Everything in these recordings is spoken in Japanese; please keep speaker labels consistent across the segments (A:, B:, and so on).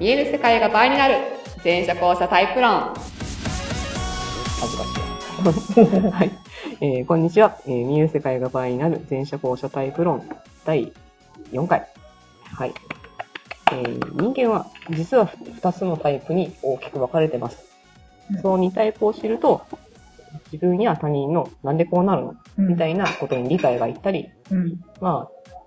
A: 見える世界が倍になる全社交社タイプ論
B: 恥ずかしい。はい。えーこんにちは、えー見える世界が倍になる全社交社タイプ論第4回。はい。えー人間は実は2つのタイプに大きく分かれてます
C: うん。
B: その2タイプを知ると、自分や他人のなんでこうなるのみた
C: い
B: いなことに理解がいったり、
C: な。うん。
B: まあ、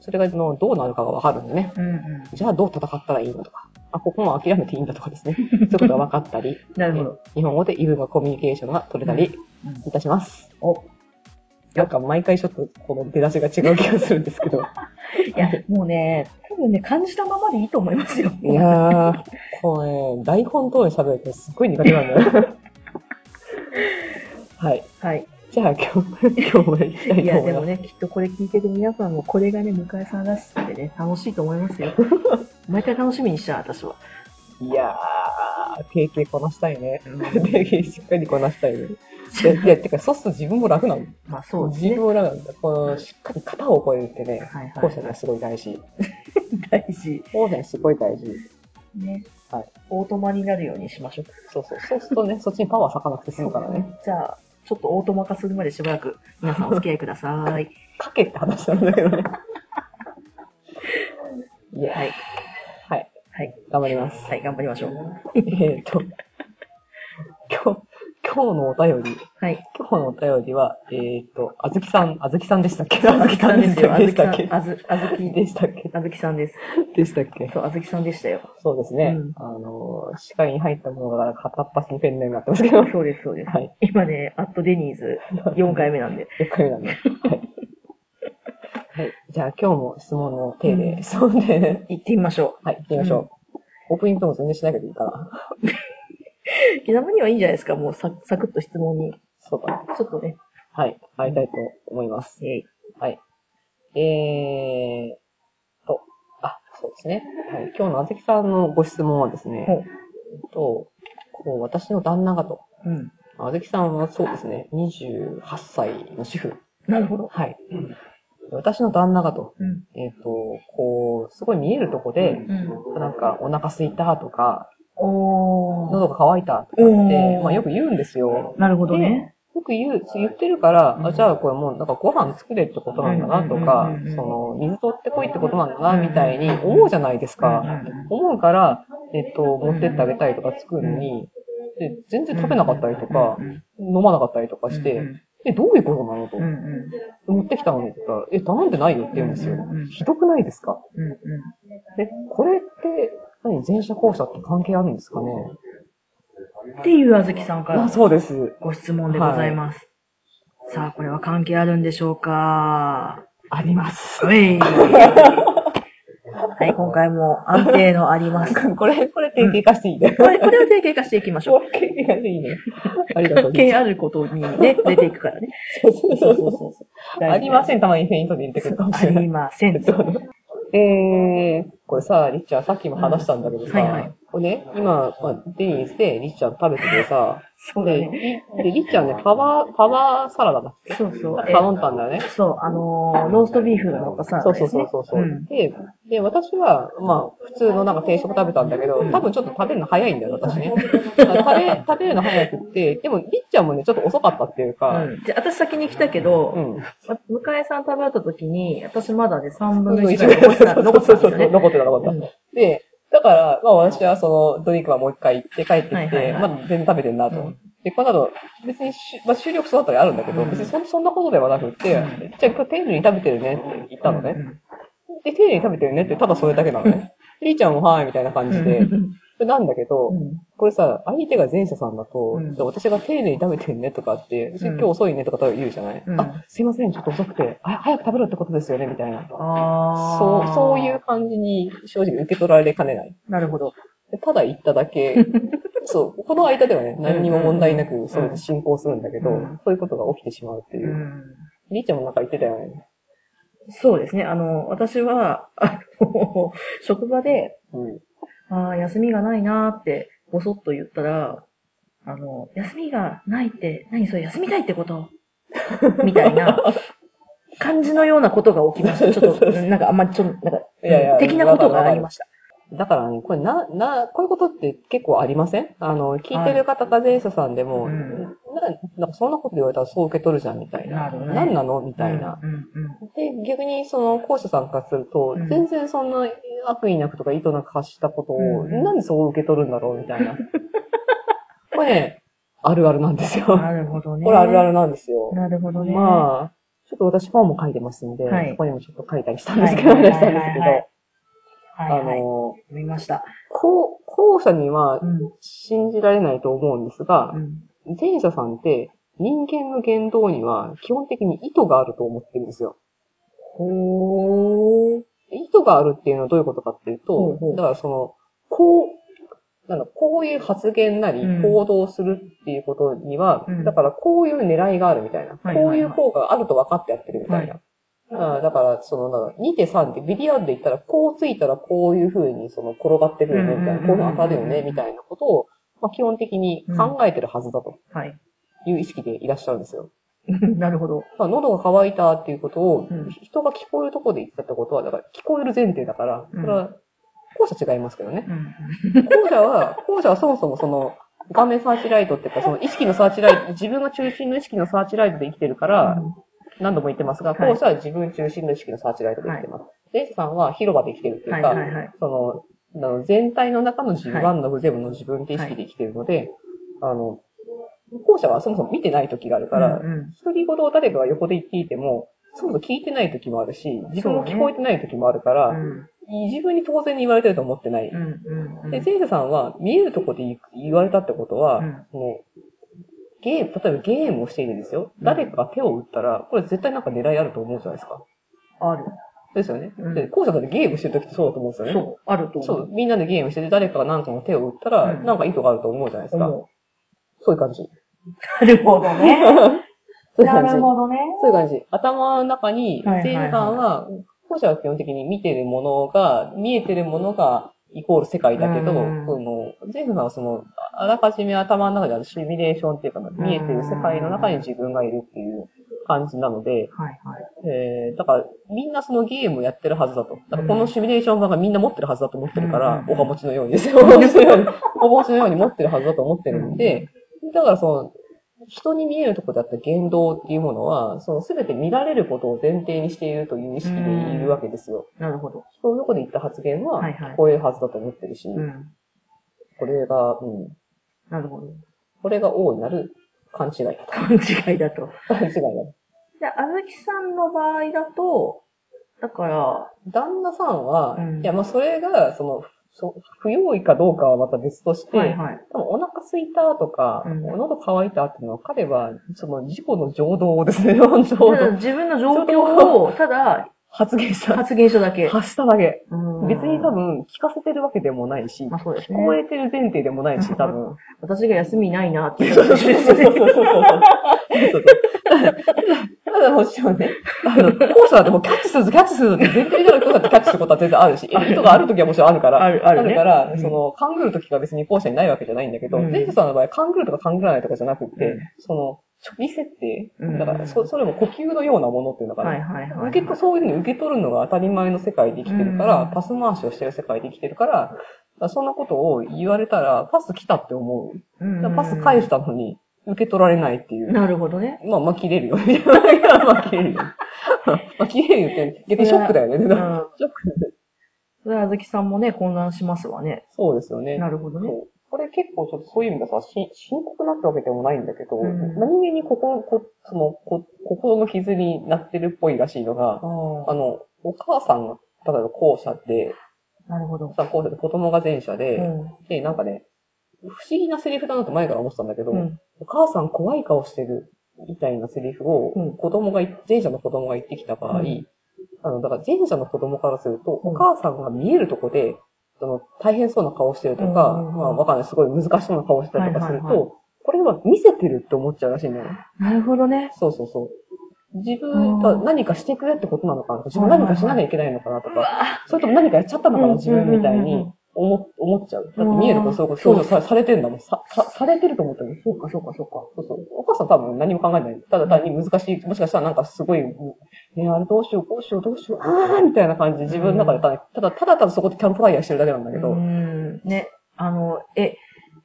B: それがのどうなるかが分かるんでね。
C: うんうん。
B: じゃあどう戦ったらいいのとか、あ、ここも諦めていいんだとかですね。そういうことが分かったり、
C: なるほど。
B: 日本語で優雅コミュニケーションが取れたり
C: うんうん
B: いたします。
C: お
B: なんか毎回ちょっとこの出だしが違う気がするんですけど。
C: いや、もうね、多分ね、感じたままでいいと思いますよ。
B: いやー、これ、ね、台本通り喋るとすっごい苦手なんだよ。 はい。
C: はい。
B: じゃあ今日、 今日も行きたい
C: い
B: と
C: や、
B: 思
C: で
B: い
C: も
B: ます。
C: ね、きっとこれ聞いてる皆さんも、これがね、向井さんらしくてね、楽しいと思いますよ。毎回楽しみにしちゃう、私は。
B: いやー、定型こなしたいね。定型しっかりこなしたいね。いや、いやてか、そうすると自分も楽なの。
C: まあ、そうです
B: 自
C: ね
B: 分。も楽なんだ。この、しっかり型を覚えるってね、
C: はいは
B: 後者
C: い。
B: がすごい大事。
C: 大事。
B: 後者すごい大事。
C: ね。
B: はい。
C: オートマになるようにしましょう。
B: そうそう。そうするとね、そっちにパワー割かなくて済むからね。。
C: じゃあ、ちょっとオートマ化するまでしばらく、皆さんお付き合いください。
B: かけって話なんだけどね。 いや、
C: はい。
B: はい。
C: はい。
B: 頑張ります。
C: はい、頑張りましょう。
B: えーっと、今日、今日のお便り、
C: はい。
B: 今日のお便りは、えーっと、あずきさん、あずきさんでしたっけあずきさん
C: で
B: です
C: よ。あずき
B: した
C: さ
B: っけ
C: ん、あず、あずき
B: でしたっけ
C: あずきさんです。
B: でしたっけ
C: そう、あずきさんでしたよ。
B: そうですね。
C: うん
B: あの、視界に入ったものだから片っ端にペンネームになってますけど。 は
C: そうです、そうです。
B: い。
C: 今ね、アットデニーズ4回目なんで。
B: よく言うなね。はい。はい。じゃあ今日も質問の手で、質問で、
C: 行ってみましょ
B: はい、行ってみましょう。オープニングとも全然しなきゃいいから。
C: う。気まにはいいんじゃないですか、もうササクッと質問に。
B: そうだね。
C: ちょっとね。
B: はい、会いたいと思います。
C: えい
B: はい。えーと、あ、そうですね。はい、今日のあずきさんのご質問はですね、
C: はい
B: えっと、こう、私の旦那がと、
C: うん。
B: あずきさんはそうですね、28歳の主婦。
C: なるほど。
B: はい。
C: うん
B: 私の旦那がと、
C: うん。
B: えっ、と、こう、すごい見えるとこで、
C: うん。
B: なんか、お腹空いたとか、
C: おー。
B: 喉が渇いたとか
C: お
B: って、
C: ー
B: まあよく言うんですよ。
C: なるほどね。
B: よく言う、言ってるから、
C: うん
B: あじゃあこれもうなんかご飯作れってことなんだなとか
C: うんうんうんうんう、ん
B: その水取ってこいってことなんだなみたいに思うじゃないですか。思うから、えっと、持ってってあげたりとか作るのに、で全然食べなかったりとか
C: う、ん、
B: 飲まなかったりとかし
C: う
B: て、
C: ん
B: え、どういうことなのと
C: うん。う。ん
B: 持ってきたのにって言ったら、え、頼んでないよって言うんですよ
C: うんうん。
B: ひどくないですか
C: うんうん。
B: で、これって、何、前者後者って関係あるんですかね
C: っていうあずきさんか
B: あ
C: ら
B: そうです。
C: ご質問でございます。さあ、これは関係あるんでしょうか
B: あります。
C: ういはい、今回も安定のあります。こ
B: これ、これ定型化していいね。
C: れ、これを定型化していきましょう。
B: 関係がいいね。ありが と
C: 関
B: う
C: 係あることにね、出ていくからね。そうそうそう そう。
B: ありま
C: ん。
B: せん、たまにフェイントで言ってくるかもし
C: あ
B: れな
C: り
B: い。
C: ません。
B: えー、これさ、リッチャー、さっきも話したんだけどさ、
C: はいはい
B: これね、今、まあ、デニーズでリッチャー食べててさ、
C: そうだ
B: で
C: ね。
B: で、リッチャーね、パワー、パワーサラダだっけ
C: そうそう。え
B: 頼んだんだよね。
C: そう、あのー、ローストビーフが乗ったサラ
B: そ
C: ダ
B: う
C: で
B: そう
C: す
B: そ
C: ね
B: う。そうそう、
C: ん
B: で、で、私は、まあ、普通のなんか定食食べたんだけど、多分ちょっと食べるの早いんだよ、私ね。だから食べ、食べるの早くって、でも、リッチャーもね、ちょっと遅かったっていうか、
C: うん。じゃあ、私先に来たけど、
B: うん。
C: ま向井さん食べ終わった時に、私まだね、3分の
B: 残っ
C: 1
B: て
C: ぐ
B: た
C: らい残ってた、残ってたんですよね。
B: 残ってた、残って
C: う
B: た。
C: ん
B: で、だから、まあ私はそのドリンクはもう一回行って帰って
C: はい
B: き
C: はい
B: て、
C: はい
B: まだ全然食べてんなと。
C: うん
B: で、この後、別にし、まあ、収録その後にあるんだけど、
C: うん
B: 別にそんそんなことではなくって、
C: う
B: じゃあ今日丁寧に食べてるねって言ったのね。
C: ね。
B: で、丁寧に食べてるねってただそれだけなのね。りーちゃんもはーいみたいな感じで。なんだけど、これさ、相手が前者さんだと、
C: うん
B: 私が丁寧に食べてるねとかって、
C: ん
B: 今日遅いねとか多分言うじゃない、
C: うん
B: あ、すいません、ちょっと遅くて、あ早く食べろってことですよねみたいな。
C: ああ。
B: そう、そういう。感じに正直受け取られかねない。
C: なるほど。
B: でただ言った だけ。そう、この間ではね、何にも問題なく、それで進行するんだけど、
C: うん
B: そういうことが起きてしまうっていうう。
C: ん。
B: りーちゃんもなんか言ってたよね。
C: そうですね。あの、私は、あの、 職場で、
B: うん。
C: ああ、休みがないなーって、ぼそっと言ったら、あの、休みがないって、何それ休みたいってこと みたいな、 感じのようなことが起きました。ちょっと、なんかあんまり、ちょっと、なんか、
B: いやいや
C: 的なことがありました。
B: だからね、これな、な、こういうことって結構ありませんあの、聞いてる方、課税者さんでも、
C: うん
B: な、なんかそんなこと言われたらそう受け取るじゃん、みたい
C: な
B: な。
C: るね
B: 何なのみたいな。
C: うんうん
B: で、逆にその校舎さんからすると、
C: うん
B: 全然そんな悪意なくとか意図なく発したことを、
C: うんうん
B: なんでそう受け取るんだろうみた いな。これね、あるあるなんですよ。
C: うん。
B: こ
C: なるほどね。
B: れあるあるなんですよ。
C: なるほどね。
B: まあ、ちょっと私本も書いてますんで、
C: はい
B: そこにもちょっと書いたりした
C: あ
B: んですけど、
C: はいはいは
B: 話したん
C: い
B: で
C: は
B: す
C: い
B: け
C: はい
B: ど、
C: は
B: あ
C: いはい。
B: の、
C: 見ました。
B: こう後者には
C: うん。
B: 信じられないと思うんですが
C: う、ん。
B: 前者さんって人間の言動には基本的に意図があると思ってるんですよ。
C: ほー。
B: 意図があるっていうのはどういうことかっていうと、
C: ほうほう
B: だからその、こう、なんだ、こういう発言なり
C: うん
B: 行動するっていうことには、
C: うん
B: だからこういう狙いがあるみたいな、
C: はいはい
B: こういう方があると分かってやってるみたいな。あーだから、その、なんだ2.3ってビリヤードで言ったら、こうついたらこういう風にその転がってくるよね、みたいな、
C: うん
B: こ
C: う
B: うん
C: うんうん
B: いうの当たるよね、みたいなことを、まあ、基本的に考えてるはずだと
C: はい。
B: いう意識でいらっしゃるんですよ。
C: なるほど。
B: まあ、喉が渇いたっていうことを
C: うん、
B: 人が聞こえるところで言ってたってことは、だから聞こえる前提だから、
C: うん
B: それは、後者違いますけどね。
C: うん。
B: 後者は、 後者はそもそもその、画面サーチライトっていうか、その意識のサーチライト、自分が中心の意識のサーチライトで生きてるから、何度も言ってますが、
C: はい
B: 後者は自分中心の意識のサーチライトで生きてます。レイスさんは広場で生きてるってい
C: は
B: う
C: い
B: か、
C: はいはい。
B: その、あの全体の中の自分、
C: はい
B: ワンダブルゼブの自分って意識で生きてるので、あの、後者はそもそも見てない時があるから、
C: うんうん
B: 一人ごと誰かが横で聞いても、そもそも聞いてない時もあるし、自分も
C: そうね
B: 聞こえてない時もあるから、自分に当然に言われてると思ってない。
C: うんうんうん。
B: で、前者さんは見えるとこで言言われたってことは、
C: うん
B: そのゲーム、例えばゲームをしているんですよ。
C: うん
B: 誰かが手を打ったら、これ絶対なんか狙いあると思うじゃないですか。
C: ある。
B: ですよね。
C: うん
B: で、後者さんってゲームしてる時ってそうだと思うんですよね。
C: そう、あると思う。
B: そう、みんなでゲームしてて、誰かが何かの手を打ったら、
C: うん
B: なんか意図があると思うじゃないですか。
C: 思
B: そういう感じ。そう
C: う。なるほどね。
B: いう
C: な
B: 感じ。
C: る
B: そ
C: ほどね。
B: ういう感じ。頭の中に、
C: はいはいはい
B: 全員感は、後者は基本的に見てるものが、見えてるものが、イコール世界だけど、
C: うん
B: その、ジェフさんはその、あらかじめ頭の中であるシミュレーションっていうか、見えてる世界の中に自分がいるっていう感じなので、
C: はいはい。
B: えー、だから、みんなそのゲームやってるはずだと。だからこのシミュレーション版がみんな持ってるはずだと思ってるから、
C: うん
B: おはもちのようにです よ。おはもちのように、おはもちのように持ってるはずだと思ってるんで、だからその、人に見えるところだった言動っていうものは、その全て見られることを前提にしているという意識でいるわけですよ。
C: なるほど。
B: 人のとこで言った発言は
C: はいはい、
B: こういうはずだと思ってるし、
C: うん。
B: これが、うん、
C: なるほど。
B: これが大いなる勘違いだと。
C: 勘違いだと。
B: 勘違いだと。
C: で、あずきさんの場合だと、だから、
B: 旦那さんは、
C: うん
B: いや、まあ、それが、その、そ不用意かどうかはまた別として、
C: はいはい。
B: 多分お腹空いたとか、
C: うん
B: お喉乾いたっていうのは、彼は、その、事故の情動をですね、情動
C: ただ自分の状況を、ただ
B: 発言した。
C: 発言しただけ。
B: 発しただけ。
C: うん
B: 別に多、分、聞かせてるわけでもないし、
C: まあそうです
B: 聞こ
C: ね。
B: えてる前提でもないし、多分。
C: 私が休みないなっていう
B: そうそう
C: 感じ
B: そう
C: です
B: そうそう
C: ね。
B: そうただ、ただもちろんね、あの、校舎だってもうキャッチするぞ、キャッチするぞって前提である校舎ってキャッチすることは全然あるし、エリートがある時はもちろんあるから、
C: ある、あ
B: あ
C: る
B: る
C: ね。
B: から、
C: うん
B: その、勘ぐるときが別に後者にないわけじゃないんだけど、
C: うん
B: 前者さんの場合、勘ぐるとか勘ぐらないとかじゃなくって、
C: うん
B: その、初期設定
C: うん
B: だから、そ、それも呼吸のようなものっていうのかな。
C: はいはいはい。
B: 受けとそういうふうに受け取るのが当たり前の世界で生きてるから、
C: うん
B: パス回しをしてる世界で生きてるから、だからそんなことを言われたら、パス来たって思う。
C: うん
B: だからパス返したのに、受け取られないっていう。
C: なるほどね。
B: まあ、まあ、切れるよ。いや まあ、切れるよ。まあ、切れるよって、逆にショックだよね。ショ
C: う
B: ッ
C: ん。
B: ク。
C: それはあずきさんもね、混乱しますわね。
B: そうですよね。
C: なるほどね。
B: そうこれ結構ちょっとそういう意味でさ、し深刻なってわけでもないんだけど、
C: うん
B: 何気に心、こそのこ心の傷になってるっぽいらしいのが、
C: あ
B: あの、お母さんが、例えば後者で、
C: あ、なるほど。
B: さ後者で子供が前者
C: う
B: で、
C: ん。
B: で、なんかね、不思議なセリフだなと前から思ってたんだけど、
C: うん。
B: お母さん怖い顔してるみたいなセリフ
C: う
B: を
C: ん、
B: 子供が言、前者の子供が言ってきた場合、
C: うん
B: あの、だから前者の子供からすると、
C: うん
B: お母さんが見えるとこで、その、大変そうな顔してるとか、
C: うんうんうん
B: まあわかんない、すごい難しそうな顔してたりとかすると、
C: はいはいは
B: これは見せてるって思っちゃうらしいんだよね。
C: なるほどね。
B: そうそうそう。自
C: あ
B: 分
C: ー
B: が何かしてくれってことなのかなとか、自分何かしなきゃいけないのかなとか、それとも何かやっちゃったのかな、自分みた
C: う
B: い
C: んうんうんう
B: に
C: ん。
B: 思思っちゃう。だって、見えるからそういうこと、
C: うん
B: そうさされてんだもん。さ、さ、されてると思ったの。
C: そうか、そうか、そうか。
B: そうそう。お母さん多分何も考えてない。ただ単に難しい。もしかしたらなんかすごい、うんねあれどうしよう、こうしよう、どうしよう、あーみたいな感じで自分の中でただ、ただ、ただただそこでキャンプファイヤーしてるだけなんだけど、
C: うん。ね。あの、え、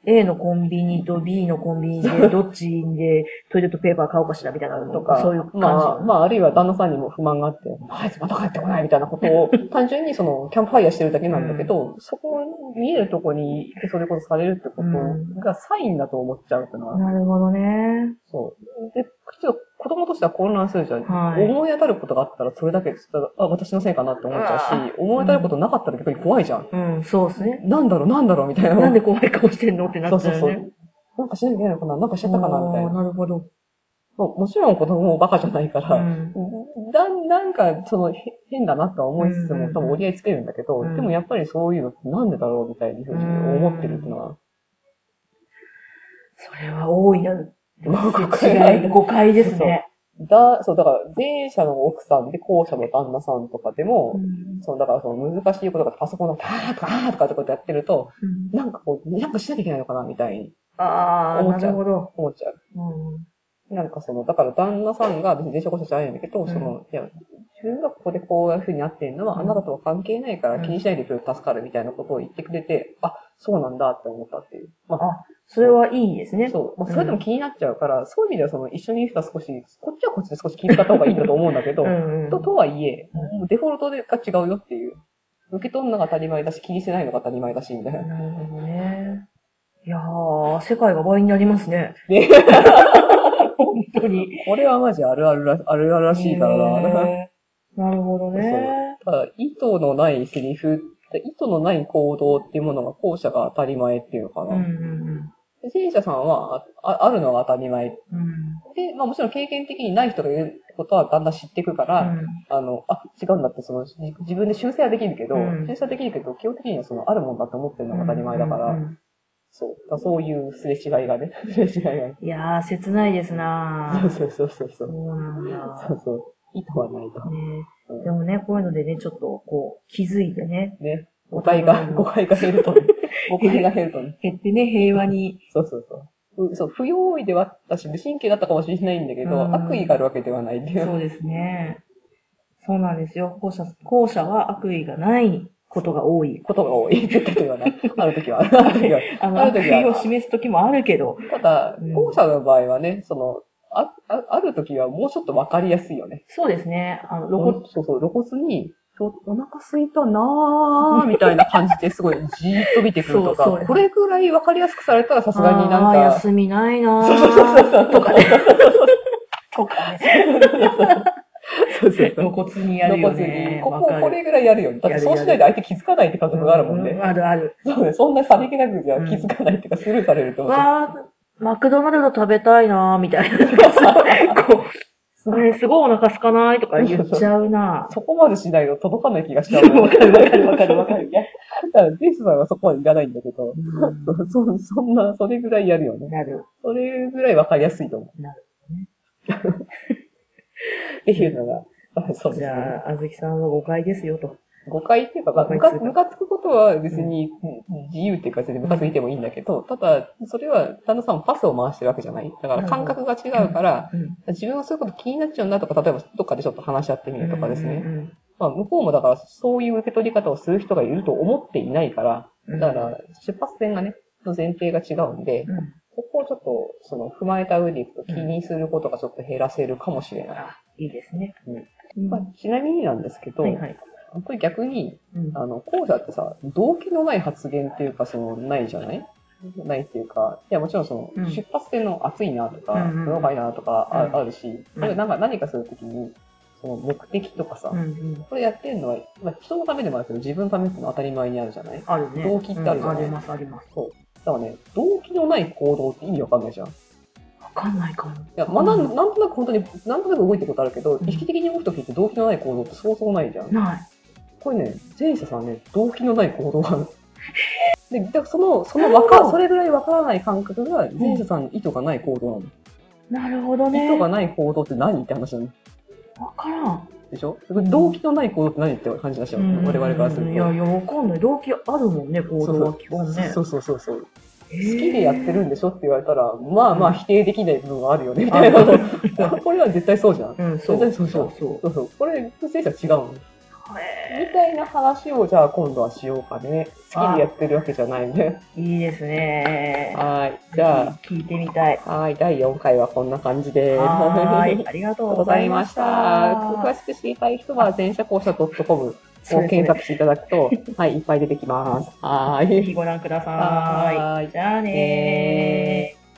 C: A のコンビニと B のコンビニ で、どっちでトイレットペーパー買おうかしらみたいなの
B: とか、
C: そういう感じ。
B: まあ、まあ、あるいは旦那さんにも不満があって、あいつまた帰ってこないみたいなこと を、単純にその、キャンプファイヤーしてるだけなんだけど、そこ、見えるとこに、それこそされるってことがサインだと思っちゃうっていうのは、
C: なるほどね。
B: そう。で、ちょっと子供としては混乱するじゃん。
C: はい
B: 思い当たることがあったら、それだけ、あ、私のせいかなって思っちゃうし、思い当たることなかったら逆に怖いじゃん。
C: うん、そうですね。
B: なんだろう、なんだろう、みたいな。
C: なんで怖い顔してんのってな
B: そう
C: っち
B: そ
C: ゃ
B: う
C: うよね。
B: そう。なんかしなきゃいけないのかななんかしちゃったかなみたい
C: あー
B: な。
C: なるほど。
B: そうもちろん子供もバカじゃないから、
C: うん
B: だんなんか、その、へ変だなとは思いつつ
C: うんうん
B: も、
C: うん
B: 多分折り合いつけるんだけど、
C: うん
B: でもやっぱりそういうのってなんでだろうみたいにふうに思ってるっていうのは、
C: それは大いなる
B: まあ、誤解があ
C: 違い、
B: る
C: 誤解ですね。
B: だ、そう、だから、前者の奥さんで後者の旦那さんとかでも、
C: うん
B: そう、だからその難しいことがパソコンのあーとか、あーとかってことやってると、
C: うん
B: なんかこう、なんかしなきゃいけないのかなみたいに
C: ああ、
B: 思
C: な
B: っちゃ
C: る
B: う
C: ほど。
B: 思っちゃう。
C: うん
B: なんかその、だから旦那さんが別に電車故障じゃないんだけど、
C: ん
B: その、いや、自分がここでこういう風になってるの
C: うん
B: は、あなたとは関係ないか
C: う
B: ら
C: ん
B: 気にしないでくれる助かるみたいなことを言ってくれて、あ、そうなんだって思ったっていう。まあ、
C: あ、それはいいですね。
B: そう。まあ、
C: うん
B: それでも気になっちゃうから、そういう意味ではその、一緒にいる人は少し、こっちはこっちで少し気遣った方がいいんだと思うんだけど、
C: んん
B: ととはいえ、
C: う
B: もうデフォルトが違うよっていう。受け取るのが当たり前だし、気にしてないのが当たり前だし、みたいな。
C: なるほどね。いやー、世界が倍になりますね。
B: ね
C: 本当に。
B: これはマジあるあるら、あるあるらしいからな。
C: ねーなるほどね。
B: ただ意図のないセリフ、意図のない行動っていうものが後者が当たり前っていうのか
C: うんう
B: な。
C: ん
B: で前者さんはああるのが当たり前。
C: うんうん
B: で、まあもちろん経験的にない人がいることはだんだん知っていくから、あの、あ、違うんだって、その、じ自分で修正はできるけど、
C: うん
B: 修正はできるけど、基本的にはその、あるもんだと思ってるのが当たり前だから、
C: うんうん
B: そう。だからそういうすれ違いがね、 すれ違いがね。
C: うんいやー、切ないですな
B: そ
C: ー。
B: うそうそうそう。そ
C: そううなんだ。
B: そうそう。意図はないと。
C: ねでもね、こういうのでね、ちょっとこう、気づいてね、
B: ね。誤解が、誤解が減 るとね。誤解が減るとね。
C: 減ってね、平和に。
B: そうそうそう。うそう、不用意ではあったし、無神経だったかもしれないんだけど、
C: うん
B: 悪意があるわけではないってい。
C: そううですね。そうなんですよ。後者、後者は悪意がないことが多い。
B: ことが多い。絶対ではない。あ る時はある。ある時はある
C: あの、
B: ある
C: 悪
B: 時は
C: 意を示す時もあるけど、
B: ただ
C: うん、
B: 後者の場合はね、その、あ、あある時はもうちょっとわかりやすいよね。
C: そうですね。あの、露
B: 露
C: 骨
B: 骨、そうそう、露骨に、ちょっとお腹空いたなーみたいな感じですごいじーっと見てくると
C: そうそ
B: か
C: う、
B: これくらい分かりやすくされたらさすがになん
C: あー
B: か、
C: 休みないな
B: そうそうそう
C: ー
B: そう
C: とかね。とかね。
B: そうそうそう
C: 露骨にやるよね。
B: こ
C: わ
B: こ、
C: かる
B: これぐらいやるよね。だってそうしないで相手気づかないって感覚があるもん
C: う
B: ね。
C: あるある。
B: そうね、そんなさりげなくじゃ
C: うん
B: 気づかないっていうかスルーされると思う。
C: わー、マクドナルド食べたいなーみたい な。こう、あれ、すごいお腹空かないとか言っちゃうな
B: そこまでしないと届かない気がしちゃうね。
C: わかるわかるわかるわかる。
B: だから、デイスさんはそこまでいらないんだけど、
C: うん
B: そ、そんな、それぐらいやるよね。
C: なる。
B: それぐらい分かりやすいと思う。
C: な
B: るほどね。っていうのが、あそうです
C: じ
B: ね。
C: ゃあ、あずきさんは誤解ですよと。
B: 誤解っていうか、まあ、
C: 誤解
B: む
C: す
B: か
C: る
B: むかつくことは別に自由っていうか、別にむかついてもいいんだけど、ただ、それは旦那さんもパスを回してるわけじゃない。だから感覚が違うから、
C: うん
B: 自分はそういうこと気になっちゃうんだとか、例えばどっかでちょっと話し合ってみるとかですね。
C: うん
B: まあ、向こうもだからそういう受け取り方をする人がいると思っていないから、
C: うん。
B: だから出発点がね、の前提が違うんで、
C: うん、
B: そこをちょっと、その、踏まえた上でいくと気にすることがちょっと減らせるかもしれない。
C: あ、いいですね。
B: まあ、ちなみになんですけど、
C: はいはい。
B: 本当に逆に、
C: うん
B: あの、後者ってさ、動機のない発言っていうか、その、ないじゃないないっていうか、いや、もちろんそ
C: うん
B: の、出発点の熱いなとか、
C: うんうんうん
B: 黒がいなとか
C: うん
B: ああるし、
C: うん
B: だけどなんか何かするときに、その、目的とかさ
C: う、んうん
B: これやってるのは、まあ、人のためでもあるけど、自分のためっていうのは当たり前にあるじゃない
C: あるね。
B: 動機ってあるじゃない
C: うんありますあります。
B: だからね、動機のない行動って意味わかんないじゃん。い
C: わかんないかも。
B: や、まあ、なんなんとなく本当に、なんとなく動いてることあるけど
C: う、ん
B: 意識的に動くときって動機のない行動ってそうそうないじゃん。
C: ない。
B: これね、前者さんね、動機のない行動がある。で、だからその、そのわか、それぐらいわからない感覚が、前者さんの意図がない行動なの。
C: なるほどね。
B: 意図がない行動って何って話なの。
C: わからん。
B: でしょ動機のない行動って何って感じがしちゃう、我々からすると。
C: いやいや、わかんない。動機あるもんね、行動は基本ね。
B: そうそうそうそう。
C: 好
B: 好きでやってるんでしょって言われたら、まあま
C: う
B: あ
C: ん
B: 否定できない部分はあるよね、みたいな。これは絶対そうじゃん。
C: うん、そ
B: 絶
C: う。
B: 対そうじゃん。
C: そう。
B: そうそう。これ、先生は違うの。
C: へ
B: みたいな話を、じゃあ今度はしようかね。好きでやってるわけじゃないね。
C: ーいいですね。
B: はい。じゃ
C: 聞いてみたい。
B: あ、はい。第4回はこんな感じです。
C: は
B: あ
C: ー
B: り
C: い。ありがと
B: が
C: う
B: とうご
C: ござ
B: ざい
C: い
B: ま
C: ま
B: し。
C: したた。
B: 詳しく知りたい人は、全社公社 .com
C: そ
B: を
C: うですね
B: 検索していただくと、はい、いっぱい出てきます。は
C: ぜ
B: ーい。
C: ひご覧くださ
B: はーい
C: い。じゃあねー。